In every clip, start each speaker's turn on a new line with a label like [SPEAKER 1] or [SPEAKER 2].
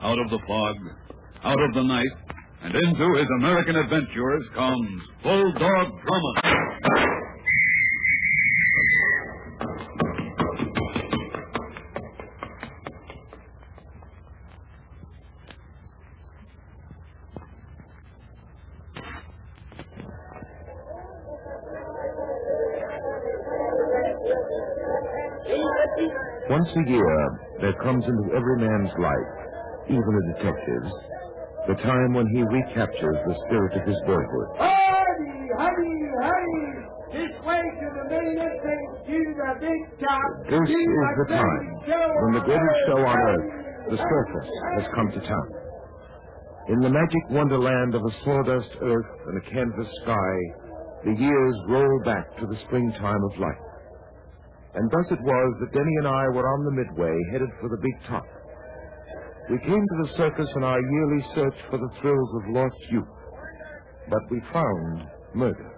[SPEAKER 1] Out of the fog, out of the night, and into his American adventures comes Bulldog Drummond.
[SPEAKER 2] Once a year, there comes into every man's life, even a detective's, the time when he recaptures the spirit of his boyhood.
[SPEAKER 3] Hurry, hurry, hurry! This way to the millionaire thing, do the big job.
[SPEAKER 2] This
[SPEAKER 3] Do
[SPEAKER 2] is the
[SPEAKER 3] big
[SPEAKER 2] time
[SPEAKER 3] show.
[SPEAKER 2] when the greatest show on earth, the
[SPEAKER 3] Hurry,
[SPEAKER 2] circus,
[SPEAKER 3] hurry.
[SPEAKER 2] has come to town. In the magic wonderland of a sawdust earth and a canvas sky, the years roll back to the springtime of life. And thus it was that Denny and I were on the midway, headed for the big top. We came to the circus in our yearly search for the thrills of lost youth. But we found murder.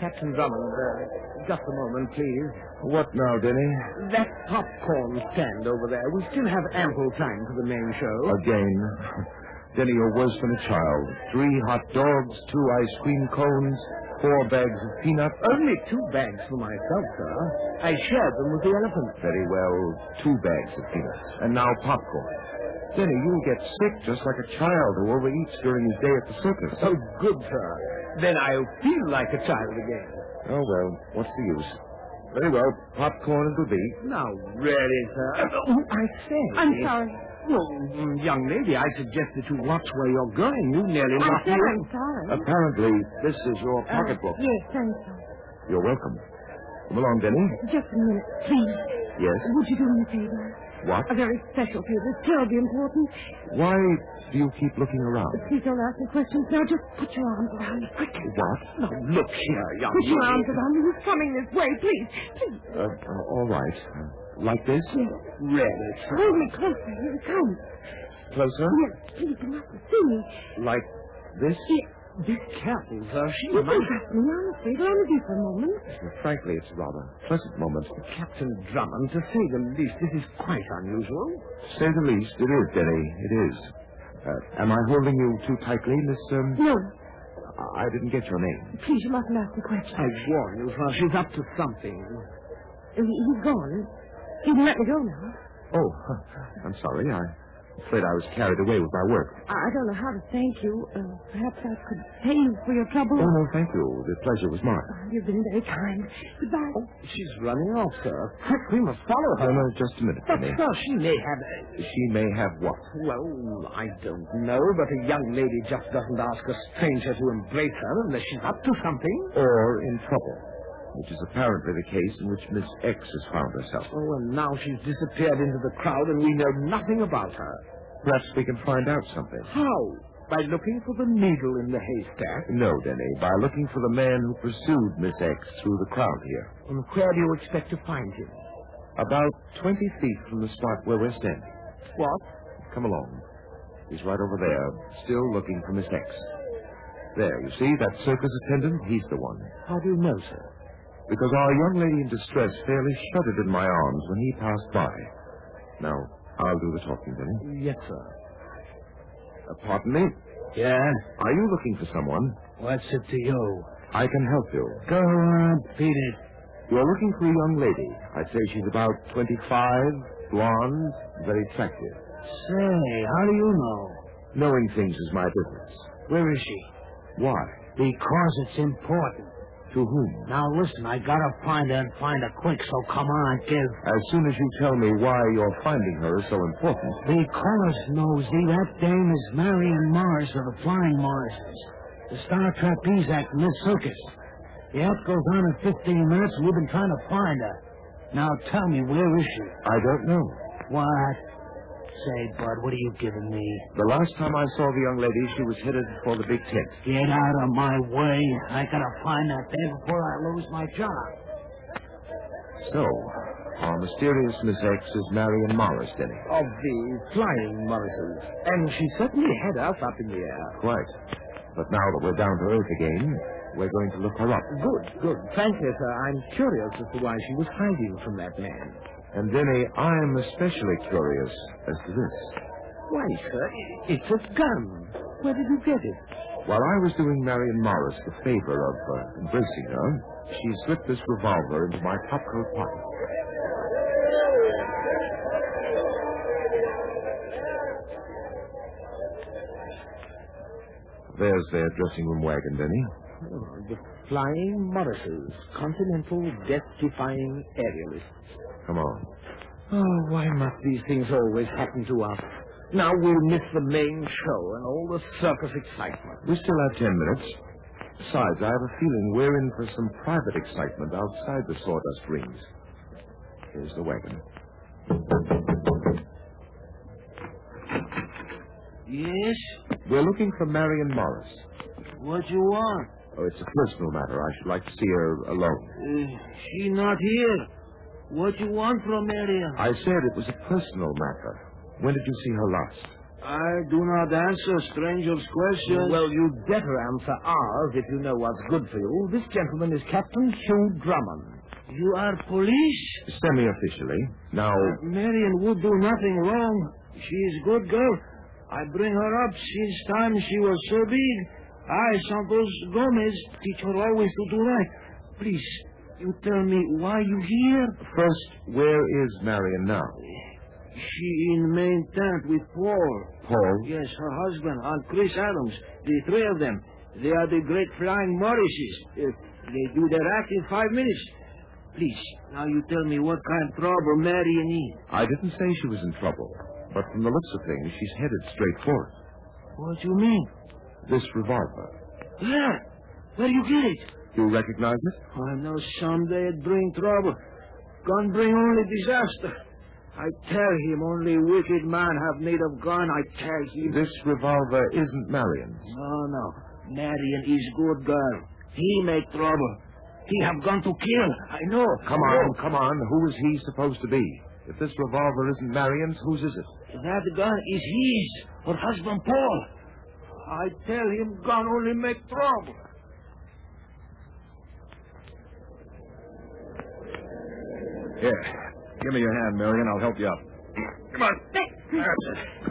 [SPEAKER 4] Captain Drummond, uh, just a moment, please.
[SPEAKER 2] What now, Denny?
[SPEAKER 4] That popcorn stand over there. We still have ample time for the main show.
[SPEAKER 2] Again. Denny, you're worse than a child. Three hot dogs, two ice cream cones, four bags of peanuts.
[SPEAKER 4] Only two bags for myself, sir. I shared them with the elephant.
[SPEAKER 2] Very well, two bags of peanuts. And now popcorn. Denny, you'll get sick just like a child who overeats during his day at the circus.
[SPEAKER 4] Oh, good, sir. Then I'll feel like a child again.
[SPEAKER 2] Oh, well, what's the use? Very well, popcorn it'll be.
[SPEAKER 4] Now, really, sir. Oh, I say.
[SPEAKER 5] I'm sorry.
[SPEAKER 4] Well, mm, young lady, I suggest that you watch where you're going. You nearly
[SPEAKER 5] I
[SPEAKER 4] knocked me
[SPEAKER 5] said I'm
[SPEAKER 4] out.
[SPEAKER 5] sorry.
[SPEAKER 2] Apparently, this is your
[SPEAKER 5] Uh,
[SPEAKER 2] pocketbook.
[SPEAKER 5] yes, I'm sorry.
[SPEAKER 2] You're welcome. Come along, Denny.
[SPEAKER 5] Just a minute, please.
[SPEAKER 2] Yes?
[SPEAKER 5] Would you do me a favor?
[SPEAKER 2] What?
[SPEAKER 5] A very special favor. It's terribly important.
[SPEAKER 2] Why do you keep looking around?
[SPEAKER 5] Please don't ask me questions now. Just put your arms around me, quick.
[SPEAKER 2] What?
[SPEAKER 4] Now, look here, young
[SPEAKER 5] Put your
[SPEAKER 4] lady.
[SPEAKER 5] arms around me. He's coming this way, please. Please.
[SPEAKER 2] Uh, uh, all right. Uh, Like this?
[SPEAKER 5] Yes.
[SPEAKER 4] Really, sir.
[SPEAKER 5] Hold me closer. Here he comes.
[SPEAKER 2] Closer?
[SPEAKER 5] Yes, please, you mustn't see me.
[SPEAKER 2] Like this?
[SPEAKER 4] Be careful, sir. She
[SPEAKER 5] You
[SPEAKER 4] might
[SPEAKER 5] can trust me, honestly. It'll only be for a moment.
[SPEAKER 2] Uh, Frankly, it's a rather pleasant moment.
[SPEAKER 4] Captain Drummond, to say the least, this is quite unusual.
[SPEAKER 2] Say the least, it is, Denny. It is. Uh, am I holding you too tightly, Miss? Um,
[SPEAKER 5] No,
[SPEAKER 2] I didn't get your name.
[SPEAKER 5] please, you mustn't ask me questions.
[SPEAKER 4] I warn you, sir, she's up to something.
[SPEAKER 5] He- He's gone. He can let me go now.
[SPEAKER 2] Oh, huh. I'm sorry. I'm afraid I was carried away with my work.
[SPEAKER 5] I I don't know how to thank you. Uh, perhaps I could pay you for your trouble.
[SPEAKER 2] Oh, no, thank you. The pleasure was mine.
[SPEAKER 5] Oh, You've been very kind. Goodbye.
[SPEAKER 4] She's running off, sir. Quick, we must follow
[SPEAKER 2] No,
[SPEAKER 4] her.
[SPEAKER 2] Oh, no, just a minute,
[SPEAKER 4] But,
[SPEAKER 2] Denny.
[SPEAKER 4] sir, she may have.
[SPEAKER 2] She may have what?
[SPEAKER 4] Well, I don't know, but a young lady just doesn't ask a stranger to embrace her unless she's up to something.
[SPEAKER 2] Or in trouble, which is apparently the case in which Miss X has found herself.
[SPEAKER 4] Oh, and now she's disappeared into the crowd, and we know nothing about her.
[SPEAKER 2] Perhaps we can find out something.
[SPEAKER 4] How? By looking for the needle in the haystack.
[SPEAKER 2] No, Denny, by looking for the man who pursued Miss X through the crowd here.
[SPEAKER 4] And where do you expect to find him?
[SPEAKER 2] About 20 feet from the spot where we're standing.
[SPEAKER 4] What?
[SPEAKER 2] Come along. He's right over there, still looking for Miss X. There, you see, that circus attendant, he's the one.
[SPEAKER 4] How do you know, sir?
[SPEAKER 2] Because our young lady in distress fairly shuddered in my arms when he passed by. Now, I'll do the talking, Denny.
[SPEAKER 4] Yes, sir.
[SPEAKER 2] Uh, pardon me?
[SPEAKER 4] Yeah?
[SPEAKER 2] Are you looking for someone?
[SPEAKER 4] What's it to you?
[SPEAKER 2] I can help you.
[SPEAKER 4] Go on, beat it.
[SPEAKER 2] You're looking for a young lady. I'd say she's about 25, blonde, very attractive.
[SPEAKER 4] Say, how do you know?
[SPEAKER 2] Knowing things is my business.
[SPEAKER 4] Where is she?
[SPEAKER 2] Why?
[SPEAKER 4] Because it's important.
[SPEAKER 2] To whom?
[SPEAKER 4] Now listen, I gotta find her and find her quick, so come on, give.
[SPEAKER 2] As soon as you tell me why your finding her is so important.
[SPEAKER 4] Because, Nosey, that dame is Marion Morris of the Flying Morrises. The star trapeze act in this circus. The act goes on in 15 minutes, and we've been trying to find her. Now tell me, where is she?
[SPEAKER 2] I don't know.
[SPEAKER 4] What? Say, Bud, what are you giving me?
[SPEAKER 2] The last time I saw the young lady, she was headed for the big tent.
[SPEAKER 4] Get out of my way. I gotta find that thing before I lose my job.
[SPEAKER 2] So, Our mysterious Miss X is Marion Morris, Denny.
[SPEAKER 6] Of the flying Morrisons. And she certainly had us up in the air.
[SPEAKER 2] Quite. But now that we're down to earth again, we're going to look her up.
[SPEAKER 6] Good, good. Frankly, sir, I'm curious as to why she was hiding from that man.
[SPEAKER 2] And Denny, I'm especially curious as to this.
[SPEAKER 6] Why, sir, it's a gun. Where did you get it?
[SPEAKER 2] While I was doing Marion Morris the favor of uh, embracing her, she slipped this revolver into my topcoat pocket. There's their dressing room wagon, Denny.
[SPEAKER 6] Oh, the flying Morrises, continental death-defying aerialists.
[SPEAKER 2] Come on.
[SPEAKER 6] Oh, why must these things always happen to us? Now we'll miss the main show and all the circus excitement.
[SPEAKER 2] We still have ten minutes. Besides, I have a feeling we're in for some private excitement outside the sawdust rings. Here's the wagon.
[SPEAKER 4] Yes?
[SPEAKER 2] We're looking for Marion Morris.
[SPEAKER 4] What you want?
[SPEAKER 2] Oh, it's a personal matter. I should like to see her alone.
[SPEAKER 4] Uh, she not here. What you want from Marion?
[SPEAKER 2] I said it was a personal matter. When did you see her last?
[SPEAKER 4] I do not answer strangers' questions.
[SPEAKER 6] Well, you'd better answer ours if you know what's good for you. This gentleman is Captain Hugh Drummond.
[SPEAKER 4] you are police.
[SPEAKER 2] Semi-officially. Now,
[SPEAKER 4] But Marion would do nothing wrong. She is good girl. I bring her up since time she was so big. I, Santos Gomez, teach her always to do right. Please, you tell me why you here?
[SPEAKER 2] first, where is Marion now?
[SPEAKER 4] She in main tent with Paul.
[SPEAKER 2] Paul?
[SPEAKER 4] Yes, her husband and Chris Adams. The three of them. They are the great flying Morrises. Uh, They do their act in five minutes. Please, now you tell me what kind of trouble Marion is.
[SPEAKER 2] I didn't say she was in trouble, but from the looks of things, she's headed straight for it.
[SPEAKER 4] What you mean?
[SPEAKER 2] This revolver.
[SPEAKER 4] Where? Where you get it?
[SPEAKER 2] You recognize it?
[SPEAKER 4] I know someday it bring trouble. Gun bring only disaster. I tell him only wicked man have need of gun. I tell him.
[SPEAKER 2] This revolver isn't Marion's.
[SPEAKER 4] No, no. Marion is good girl. He make trouble. He have gone to kill. I know. Oh,
[SPEAKER 2] Come on, come on. Who is he supposed to be? If this revolver isn't Marion's, whose is it?
[SPEAKER 4] That gun is his. Her husband Paul. I tell him gun only make trouble.
[SPEAKER 1] Here. Give me your hand, Marion. I'll help you up.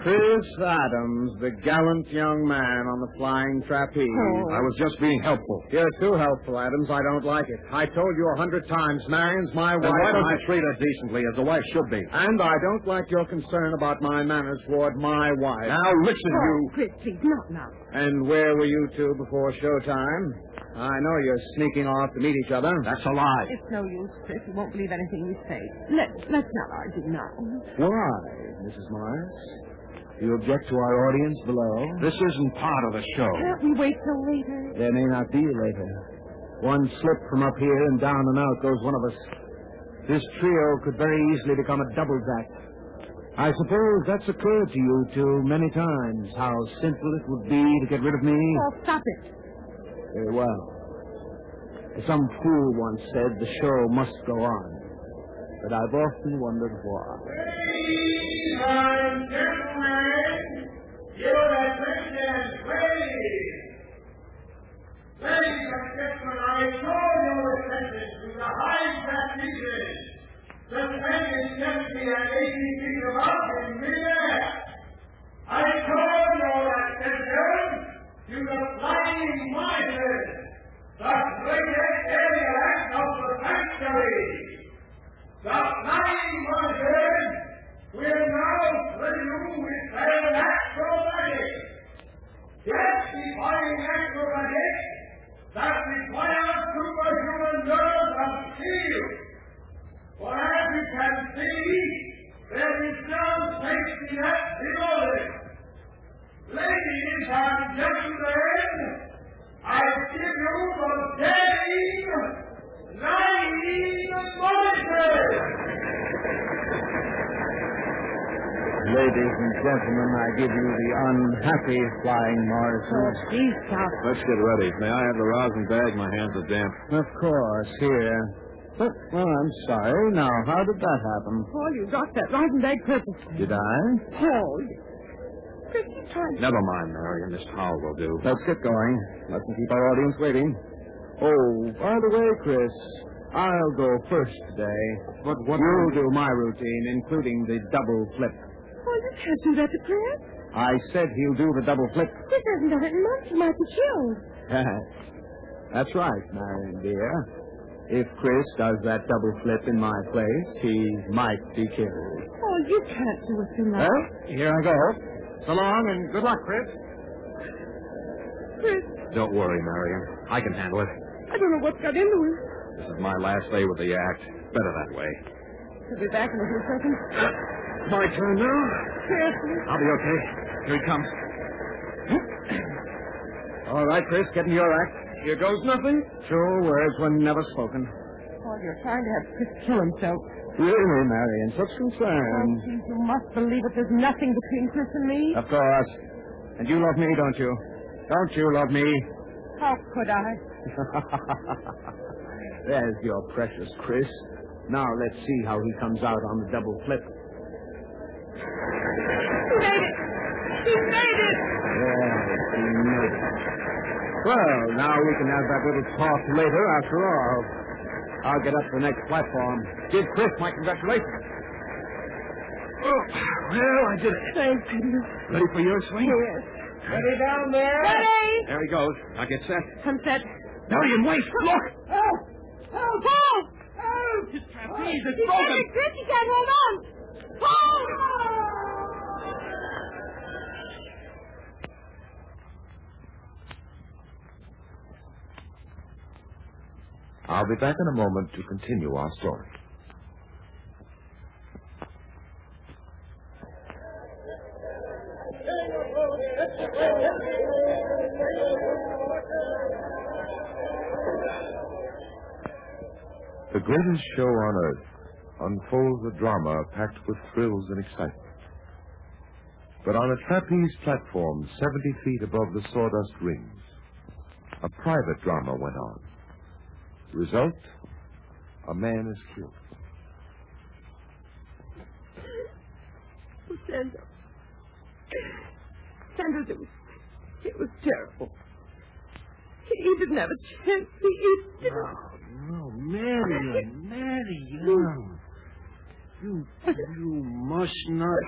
[SPEAKER 6] Chris Adams, the gallant young man on the flying trapeze.
[SPEAKER 5] Oh.
[SPEAKER 1] I was just being helpful.
[SPEAKER 6] You're too helpful, Adams. I don't like it. I told you a hundred times, Marion's my wife.
[SPEAKER 1] Then why don't
[SPEAKER 6] and I-
[SPEAKER 1] you treat her decently as a wife should be?
[SPEAKER 6] And I don't like your concern about my manners toward my wife.
[SPEAKER 1] Now listen,
[SPEAKER 5] Oh,
[SPEAKER 1] you.
[SPEAKER 5] Chris, please, not now.
[SPEAKER 6] And where were you two before showtime? I know you're sneaking off to meet each other.
[SPEAKER 1] That's a lie.
[SPEAKER 5] It's no use, Chris. You won't believe anything we say. Let, let's not argue now.
[SPEAKER 6] Why, Mrs. Morris? You object to our audience below?
[SPEAKER 1] This isn't part of the show.
[SPEAKER 5] Can't we wait till later?
[SPEAKER 6] There may not be later. One slip from up here and down and out goes one of us. This trio could very easily become a double back. I suppose that's occurred to you two many times, how simple it would be to get rid of me.
[SPEAKER 4] Hmm.
[SPEAKER 5] Oh, stop it.
[SPEAKER 6] Very well. Some fool once said the show must go on, but I've often wondered why.
[SPEAKER 3] Ladies and gentlemen, your attention, please. Ladies and gentlemen, I call your attention to the high trapezes suspended 70 and 80 feet above in midair. I call your attention to the flying miners, the greatest area of the sanctuary. The flying monsters will now fill you with their acrobatics. Yes, defying acrobatics that require superhuman nerves of steel. For as you can see, there is no safety net below it. Ladies and gentlemen, I give you the name, nine monitors.
[SPEAKER 6] Ladies and gentlemen, I give you the unhappy Flying
[SPEAKER 5] Oh,
[SPEAKER 4] Hmm.
[SPEAKER 6] Morrison.
[SPEAKER 5] please stop.
[SPEAKER 1] Let's get ready. May I have the rosin bag? My hands are damp.
[SPEAKER 6] Of course, here. But, well, I'm sorry. Now, how did that happen?
[SPEAKER 5] Paul, Oh, you got that right and egg purposely.
[SPEAKER 6] Did I?
[SPEAKER 5] Paul, Chris, you tried.
[SPEAKER 6] Never mind, Marion. Miss Howell will do. Let's get going. Mustn't keep our audience waiting. Oh, by the way, Chris, I'll go first today. But what you'll do my routine, including the double flip.
[SPEAKER 5] Paul, Oh, you can't do that to Chris.
[SPEAKER 6] I said he'll do the double flip.
[SPEAKER 5] Chris hasn't done it in months. He might be killed.
[SPEAKER 6] That's right, Marion dear. If Chris does that double flip in my place, he might be killed.
[SPEAKER 5] Paul, Oh, you can't do a thing like
[SPEAKER 6] Well, here I go. So long and good luck, Chris.
[SPEAKER 5] Chris,
[SPEAKER 2] Don't worry, Marion. I can handle it.
[SPEAKER 5] I don't know what's got into him.
[SPEAKER 2] This is my last day with the act. Better that way.
[SPEAKER 5] He'll be back in a few seconds.
[SPEAKER 2] My turn now.
[SPEAKER 5] Chris,
[SPEAKER 2] I'll be okay. Here he comes.
[SPEAKER 6] All right, Chris, get into your act. Here goes nothing. True words were never spoken.
[SPEAKER 5] Paul, Oh, you're trying to have Chris kill himself.
[SPEAKER 6] Really, Marion, such
[SPEAKER 5] Oh,
[SPEAKER 6] concern.
[SPEAKER 5] please, you must believe it. There's nothing between Chris and me.
[SPEAKER 6] Of course. And you love me, don't you? Don't you love me?
[SPEAKER 5] How could I?
[SPEAKER 6] There's your precious Chris. Now let's see how he comes out on the double flip.
[SPEAKER 5] He made it. He made it.
[SPEAKER 6] Yes, he made it. Well, now we can have that little talk later after all. I'll get up to the next platform. Give Chris my congratulations. Oh, well, I did it.
[SPEAKER 5] Thank goodness.
[SPEAKER 6] Ready for your swing?
[SPEAKER 5] Yes.
[SPEAKER 3] Ready down there?
[SPEAKER 5] Ready?
[SPEAKER 6] There he goes. Now get set.
[SPEAKER 5] I'm set.
[SPEAKER 6] Marion, wait! Look!
[SPEAKER 5] Oh! Oh, Paul! Oh!
[SPEAKER 3] His trapeze is
[SPEAKER 5] You
[SPEAKER 3] broken.
[SPEAKER 5] can't, Chris. You can't hold on. Paul!
[SPEAKER 2] I'll be back in a moment to continue our story. The greatest show on earth unfolds a drama packed with thrills and excitement. But on a trapeze platform 70 feet above the sawdust rings, a private drama went on. Result? A man is killed.
[SPEAKER 5] Oh, Sandra. Sandra, it was, it was terrible. He, he didn't have a chance. He, he didn't.
[SPEAKER 4] No, Marion, Marion. You, you must not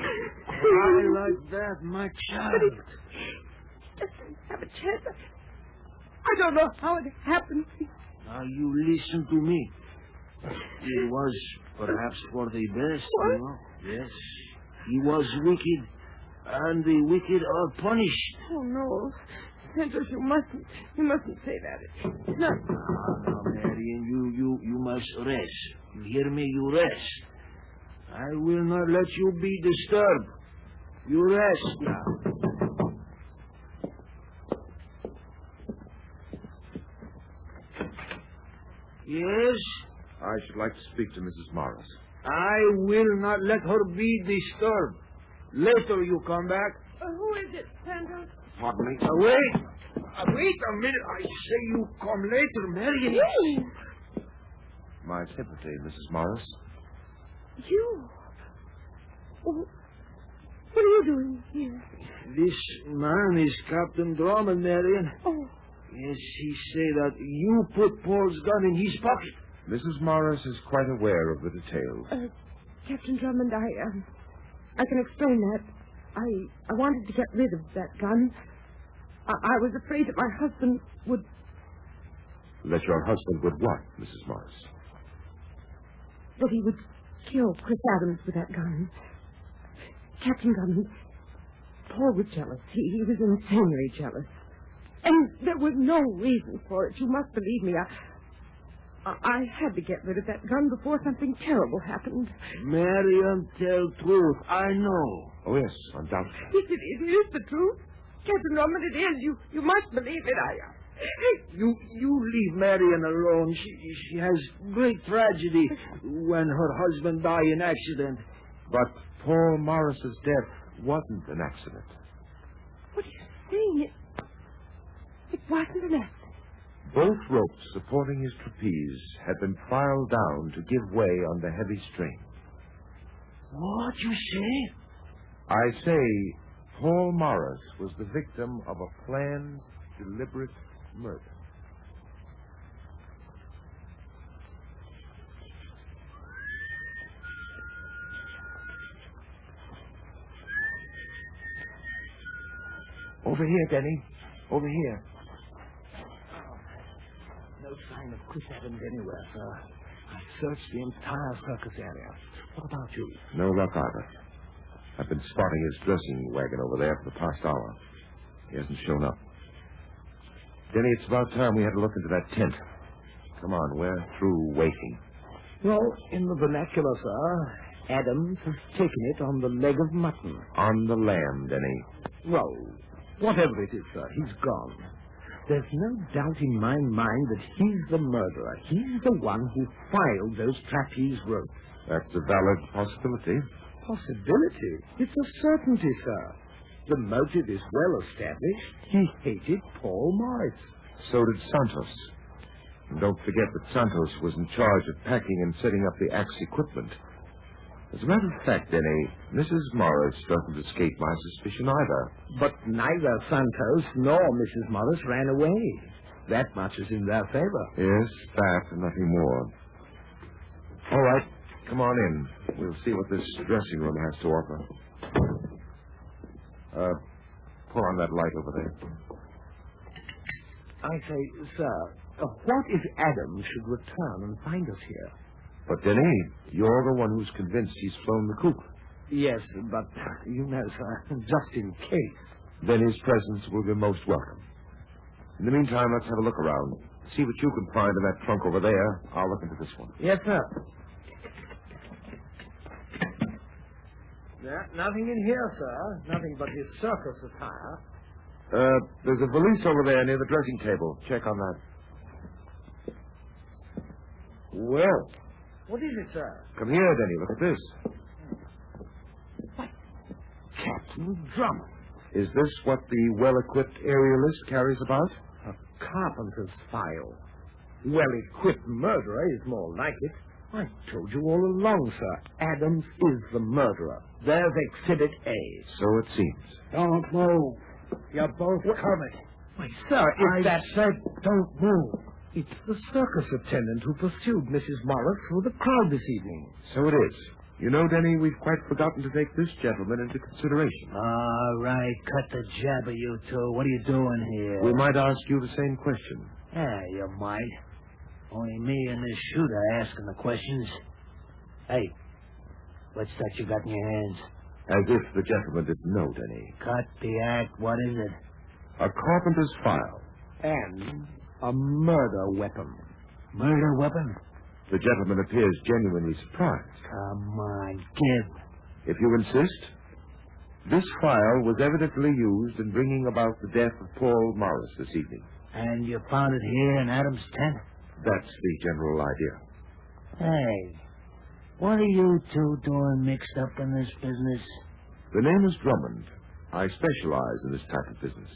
[SPEAKER 4] cry like that, my child.
[SPEAKER 5] Just didn't have a chance. I, I don't know how it happened. He,
[SPEAKER 4] Now you listen to me. It was perhaps for the best, you know. Yes. He was wicked, and the wicked are punished.
[SPEAKER 5] oh, no. Sandra, you mustn't. You mustn't say that. It's not.
[SPEAKER 4] Now, Marion, you, you, you must rest. You hear me? You rest. I will not let you be disturbed. You rest now. Yes,
[SPEAKER 2] I should like to speak to Mrs. Morris.
[SPEAKER 4] I will not let her be disturbed. Later you come back.
[SPEAKER 5] Uh, who is it, Sandra?
[SPEAKER 2] Pardon me?
[SPEAKER 4] Uh, wait. Uh, wait a minute. I say you come later, Marion.
[SPEAKER 5] You.
[SPEAKER 2] My sympathy, Mrs. Morris.
[SPEAKER 5] You. Oh, what are you doing here?
[SPEAKER 4] This man is Captain Drummond, Marion.
[SPEAKER 5] Oh,
[SPEAKER 4] Yes, he say that you put Paul's gun in his pocket.
[SPEAKER 2] Mrs. Morris is quite aware of the details.
[SPEAKER 5] uh, Captain Drummond, I um, I can explain that. I I wanted to get rid of that gun. I, I was afraid that my husband would.
[SPEAKER 2] That your husband would what, Mrs. Morris?
[SPEAKER 5] that he would kill Chris Adams with that gun. Captain Drummond, Paul was jealous. He, he was insanely jealous. And there was no reason for it. You must believe me. I, I, I had to get rid of that gun before something terrible happened.
[SPEAKER 4] Marion, tell truth. I know.
[SPEAKER 2] Oh, yes, undoubtedly.
[SPEAKER 5] Yes, it, it is the truth. Captain Drummond, it is. You, you must believe it. I. I-
[SPEAKER 4] You you leave Marion alone. She she has great tragedy when her husband die in accident.
[SPEAKER 2] But Paul Morris's death wasn't an accident.
[SPEAKER 5] What are you saying? It, it wasn't an accident.
[SPEAKER 2] Both ropes supporting his trapeze had been filed down to give way under heavy strain.
[SPEAKER 4] What you say?
[SPEAKER 2] I say, Paul Morris was the victim of a planned, deliberate murder. Over here, Denny. Over here.
[SPEAKER 4] No sign of Chris Adams anywhere, sir. I searched the entire circus area. What about you?
[SPEAKER 2] No luck either. I've been spotting his dressing wagon over there for the past hour. He hasn't shown up. Denny, it's about time we had a look into that tent. Come on, we're through waiting.
[SPEAKER 4] Well, in the vernacular, sir, Adams has taken it on the leg of mutton.
[SPEAKER 2] On the lamb, Denny.
[SPEAKER 4] Well, whatever it is, sir, he's gone. There's no doubt in my mind that he's the murderer. He's the one who filed those trapeze ropes.
[SPEAKER 2] That's a valid possibility.
[SPEAKER 4] Possibility? It's a certainty, sir. The motive is well established. He hated Paul Morris.
[SPEAKER 2] So did Santos. And don't forget that Santos was in charge of packing and setting up the axe equipment. As a matter of fact, Denny, Mrs. Morris doesn't escape my suspicion either.
[SPEAKER 4] But neither Santos nor Mrs. Morris ran away. That much is in their favor.
[SPEAKER 2] Yes, that and nothing more. All right, come on in. We'll see what this dressing room has to offer. Uh, pull on that light over there.
[SPEAKER 4] I say, sir, uh, what if Adams should return and find us here?
[SPEAKER 2] But, Denny, you're the one who's convinced he's flown the coop.
[SPEAKER 4] Yes, but you know, sir, just in case.
[SPEAKER 2] Then his presence will be most welcome. In the meantime, let's have a look around. See what you can find in that trunk over there. I'll look into this one.
[SPEAKER 4] Yes, sir. nothing in here, sir. Nothing but his circus attire.
[SPEAKER 2] Uh, there's a valise over there near the dressing table. Check on that. Well,
[SPEAKER 4] What is it, sir?
[SPEAKER 2] come here, Denny. Look at this.
[SPEAKER 4] Captain Drummond.
[SPEAKER 2] Is this what the well-equipped aerialist carries about?
[SPEAKER 4] A carpenter's file. Well equipped murderer is more like it. I told you all along, sir. Adams is the murderer. There's Exhibit A.
[SPEAKER 2] So it seems.
[SPEAKER 4] Don't move. You're both coming. Why, sir, if that said, don't move. It's the circus attendant who pursued Mrs. Morris through the crowd this evening.
[SPEAKER 2] So it is. You know, Denny, we've quite forgotten to take this gentleman into consideration.
[SPEAKER 4] All right, cut the jabber, you two. What are you doing here?
[SPEAKER 2] We might ask you the same question.
[SPEAKER 4] Yeah, you might. Only me and this shooter asking the questions. Hey, what's that you got in your hands?
[SPEAKER 2] As if the gentleman didn't know, Denny.
[SPEAKER 4] Cut the act. What is it?
[SPEAKER 2] A carpenter's file.
[SPEAKER 4] And a murder weapon. Murder weapon?
[SPEAKER 2] The gentleman appears genuinely surprised.
[SPEAKER 4] Come on, give.
[SPEAKER 2] If you insist, this file was evidently used in bringing about the death of Paul Morris this evening.
[SPEAKER 4] And you found it here in Adam's tent?
[SPEAKER 2] That's the general idea.
[SPEAKER 4] Hey, what are you two doing mixed up in this business?
[SPEAKER 2] The name is Drummond. I specialize in this type of business.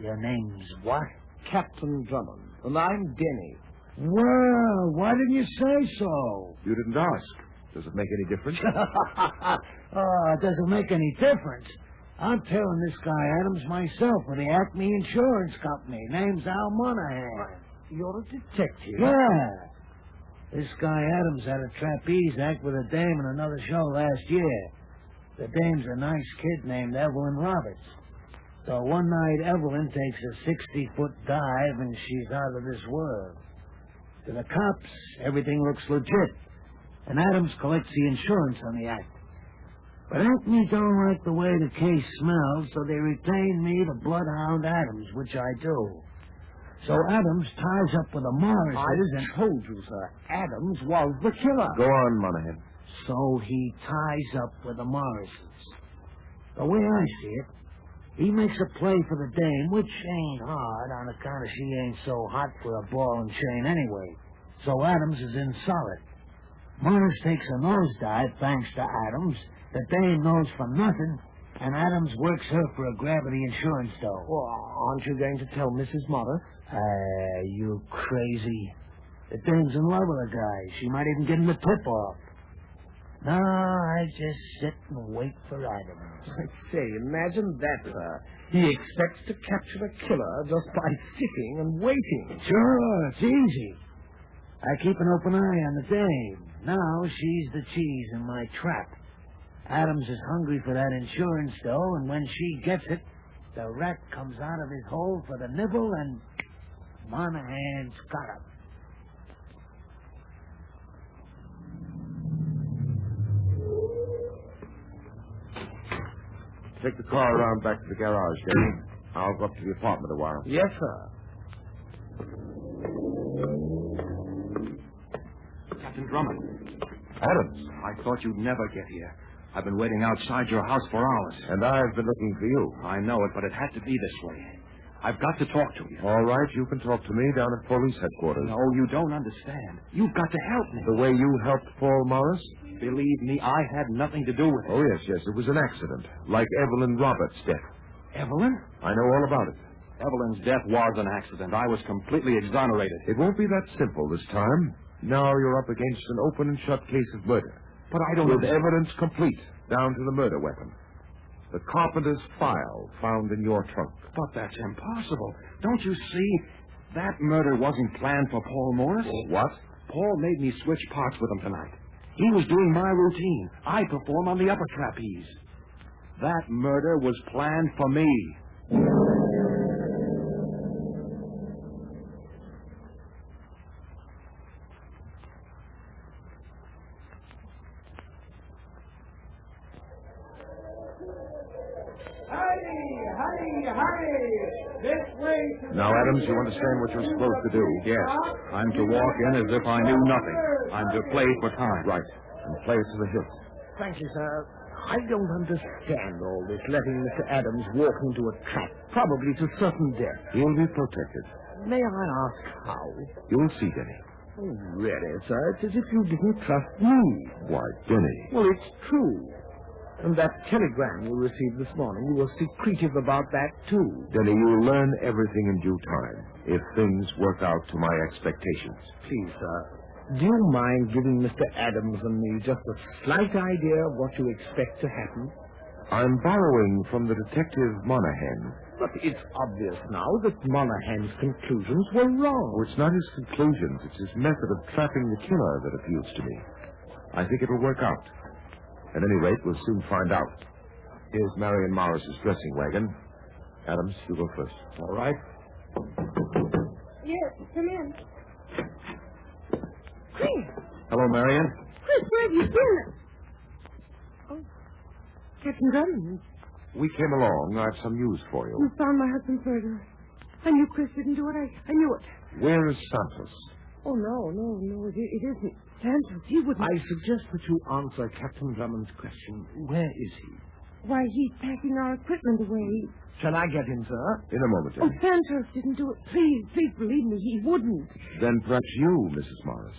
[SPEAKER 4] Your name's what?
[SPEAKER 6] Captain Drummond. And I'm Denny.
[SPEAKER 4] Well, why didn't you say so?
[SPEAKER 2] You didn't ask. Does it make any difference?
[SPEAKER 4] oh, it doesn't make any difference. I'm telling this guy Adams myself with the Acme Insurance Company. Name's Al Monahan.
[SPEAKER 6] You're a detective.
[SPEAKER 4] Yeah. This guy Adams had a trapeze act with a dame in another show last year. The dame's a nice kid named Evelyn Roberts. So one night, Evelyn takes a 60 foot dive and she's out of this world. To the cops, everything looks legit. And Adams collects the insurance on the act. But Acme don't like the way the case smells, so they retain me to Bloodhound Adams, which I do. So Adams ties up with the Morrises and...
[SPEAKER 6] I told you, sir. Adams was the killer.
[SPEAKER 2] Go on, Monahan.
[SPEAKER 4] So he ties up with the Morrises. The way I see it, he makes a play for the dame, which ain't hard on account of she ain't so hot for a ball and chain anyway. So Adams is in solid. Morris takes a nosedive thanks to Adams. The dame knows for nothing,
[SPEAKER 7] and Adams works her for a gravity insurance doll.
[SPEAKER 4] Well, aren't you going to tell Mrs. Mother?
[SPEAKER 7] Ah, you crazy. The dame's in love with the guy. She might even get him the tip off. No, I just sit and wait for Adams.
[SPEAKER 4] I say, imagine that, sir. He expects to capture a killer just by sitting and waiting.
[SPEAKER 7] Sure, it's easy. I keep an open eye on the dame. Now she's the cheese in my trap. Adams is hungry for that insurance dough, and when she gets it, the rat comes out of his hole for the nibble, and Monahan's got him.
[SPEAKER 2] Take the car around back to the garage, Gary. I'll go up to the apartment a while.
[SPEAKER 4] Yes, sir.
[SPEAKER 8] Captain Drummond,
[SPEAKER 2] Adams.
[SPEAKER 8] I thought you'd never get here. I've been waiting outside your house for hours.
[SPEAKER 2] And I've been looking for you.
[SPEAKER 8] I know it, but it had to be this way. I've got to talk to you.
[SPEAKER 2] All right, you can talk to me down at police headquarters.
[SPEAKER 8] No, you don't understand. You've got to help me.
[SPEAKER 2] The way you helped Paul Morris?
[SPEAKER 8] Believe me, I had nothing to do with it.
[SPEAKER 2] Oh, yes, yes. It was an accident, like Evelyn Roberts' death.
[SPEAKER 8] Evelyn?
[SPEAKER 2] I know all about it.
[SPEAKER 8] Evelyn's death was an accident. I was completely exonerated.
[SPEAKER 2] It won't be that simple this time. Now you're up against an open and shut case of murder.
[SPEAKER 8] But I
[SPEAKER 2] With evidence complete, down to the murder weapon. The carpenter's file found in your trunk.
[SPEAKER 8] But that's impossible. Don't you see? That murder wasn't planned for Paul Morris.
[SPEAKER 2] What?
[SPEAKER 8] Paul made me switch parts with him tonight. He was doing my routine. I perform on the upper trapeze. That murder was planned for me.
[SPEAKER 3] Hurry, hurry, hurry. This way to the
[SPEAKER 2] Now, Adams, you understand what you're supposed to do.
[SPEAKER 8] Yes, I'm to walk in as if I knew nothing. I'm to play for time.
[SPEAKER 2] Right. And play it to the hilt.
[SPEAKER 4] Thank you, sir. I don't understand all this letting Mr. Adams walk into a trap, probably to certain death.
[SPEAKER 2] You'll be protected.
[SPEAKER 4] May I ask how?
[SPEAKER 2] You'll see, Denny.
[SPEAKER 4] Oh, really, sir, it's as if you didn't trust me.
[SPEAKER 2] Why, Uh, Denny.
[SPEAKER 4] Well, it's true. And that telegram you received this morning, you were secretive about that, too.
[SPEAKER 2] Denny, you'll learn everything in due time if things work out to my expectations.
[SPEAKER 4] Please, sir. Do you mind giving Mr. Adams and me just a slight idea of what you expect to happen?
[SPEAKER 2] I'm borrowing from the detective Monahan.
[SPEAKER 4] But it's obvious now that Monahan's conclusions were wrong.
[SPEAKER 2] Oh, it's not his conclusions, it's his method of trapping the killer that appeals to me. I think it'll work out. At any rate, we'll soon find out. Here's Marion Morris's dressing wagon. Adams, you go first.
[SPEAKER 4] All right.
[SPEAKER 5] Yes, come in. Chris,
[SPEAKER 8] Hello, Marion.
[SPEAKER 5] Chris, where have you been? Oh, Captain Drummond,
[SPEAKER 2] We came along. I've some news for you.
[SPEAKER 5] you found my husband's murderer. I knew Chris didn't do it. I, I knew it.
[SPEAKER 2] Where is Santos?
[SPEAKER 5] Oh, no, no, no, it, it isn't. Santos, he wouldn't.
[SPEAKER 4] I suggest that you answer Captain Drummond's question. Where is he?
[SPEAKER 5] Why, he's packing our equipment away.
[SPEAKER 4] Shall I get him, sir?
[SPEAKER 2] In a moment,
[SPEAKER 5] Oh,
[SPEAKER 2] Denny.
[SPEAKER 5] Santos didn't do it. Please, please believe me, he wouldn't.
[SPEAKER 2] Then perhaps you, Mrs. Morris.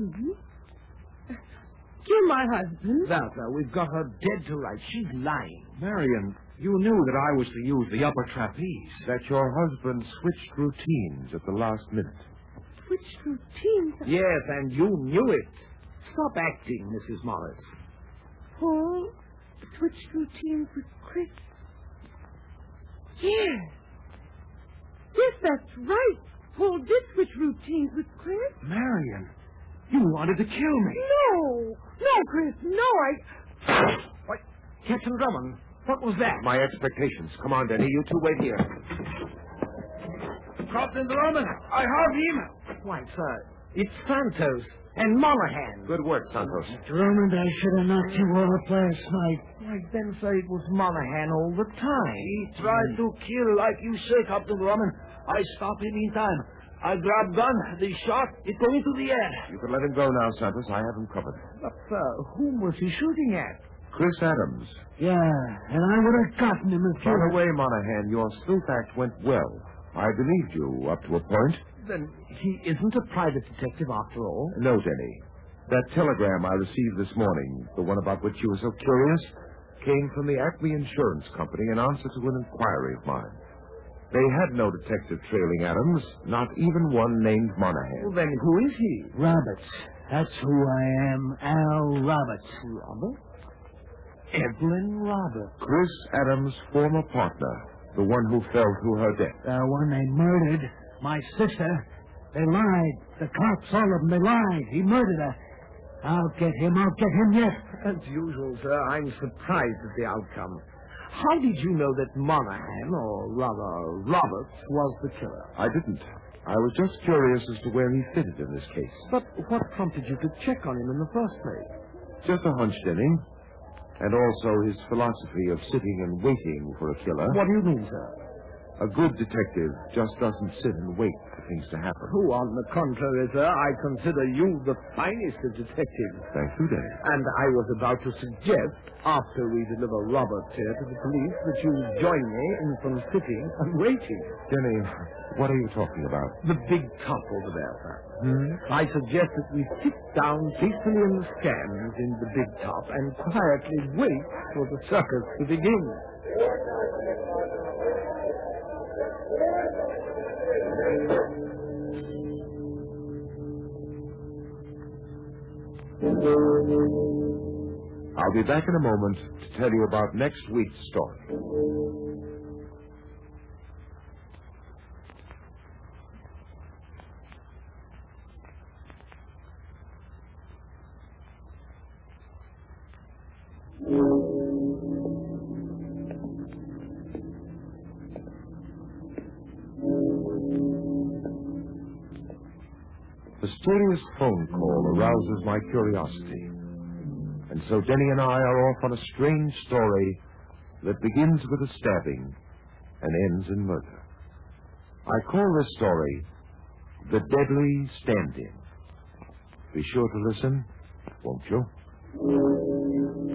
[SPEAKER 5] Mm-hmm. You're my husband.
[SPEAKER 4] Now, sir, we've got her dead to rights. She's lying.
[SPEAKER 8] Marion, you knew that I was to use the upper trapeze.
[SPEAKER 2] That your husband switched routines at the last minute.
[SPEAKER 5] Which routine?
[SPEAKER 4] Yes, and you knew it. Stop acting, Mrs. Morris.
[SPEAKER 5] Paul switched routines with Chris. Yes. Yes, that's right. Paul did switch routines with Chris.
[SPEAKER 8] Marion, you wanted to kill me.
[SPEAKER 5] No. No, Chris, no. I.
[SPEAKER 4] Captain Drummond, what was that?
[SPEAKER 2] My expectations. Come on, Denny. You two wait here.
[SPEAKER 4] Captain Drummond, I have him. Why, sir, it's Santos and Monahan.
[SPEAKER 2] Good work, Santos.
[SPEAKER 7] Drummond, I should have knocked you off last night.
[SPEAKER 4] Why, then, sir, it was Monahan all the time. He tried to kill, like you say, Captain Drummond. I stopped him in time. I grabbed gun, the shot, it go into the air.
[SPEAKER 2] You can let him go now, Santos. I have him covered.
[SPEAKER 4] But, sir, whom was he shooting at?
[SPEAKER 2] Chris Adams.
[SPEAKER 7] Yeah, and I would have gotten him if
[SPEAKER 2] By
[SPEAKER 7] you
[SPEAKER 2] the way, Monahan, your sleuth act went well. I believed you up to a point.
[SPEAKER 4] Then he isn't a private detective after all.
[SPEAKER 2] No, Denny. That telegram I received this morning, the one about which you were so curious, came from the Acme Insurance Company in answer to an inquiry of mine. They had no detective trailing Adams, not even one named Monahan.
[SPEAKER 4] then who is he?
[SPEAKER 9] Roberts. That's who I am, Al Roberts. Robert?
[SPEAKER 10] Evelyn Robert.
[SPEAKER 2] Chris Adams' former partner, the one who fell through her death.
[SPEAKER 9] The one they murdered, my sister. They lied. The cops, all of them, they lied. He murdered her. I'll get him. I'll get him yet.
[SPEAKER 4] As usual, sir, I'm surprised at the outcome. How did you know that Monahan, or rather Roberts, was the killer?
[SPEAKER 2] I didn't. I was just curious as to where he fitted in this case.
[SPEAKER 4] But what prompted you to check on him in the first place?
[SPEAKER 2] Just a hunch, Denny. And also his philosophy of sitting and waiting for a killer.
[SPEAKER 4] What do you mean, sir?
[SPEAKER 2] A good detective just doesn't sit and wait for things to happen.
[SPEAKER 4] Who, on the contrary, sir, I consider you the finest of detectives.
[SPEAKER 2] Thank you, Denny.
[SPEAKER 4] And I was about to suggest, after we deliver Roberts here to the police, that you join me in some sitting and waiting.
[SPEAKER 2] Denny, what are you talking about?
[SPEAKER 4] The big top over there, sir. I suggest that we sit down peacefully in the stands in the big top and quietly wait for the circus to begin.
[SPEAKER 2] I'll be back in a moment to tell you about next week's story. Mysterious phone call arouses my curiosity. And so Denny and I are off on a strange story that begins with a stabbing and ends in murder. I call this story The Deadly Stand In. Be sure to listen, won't you?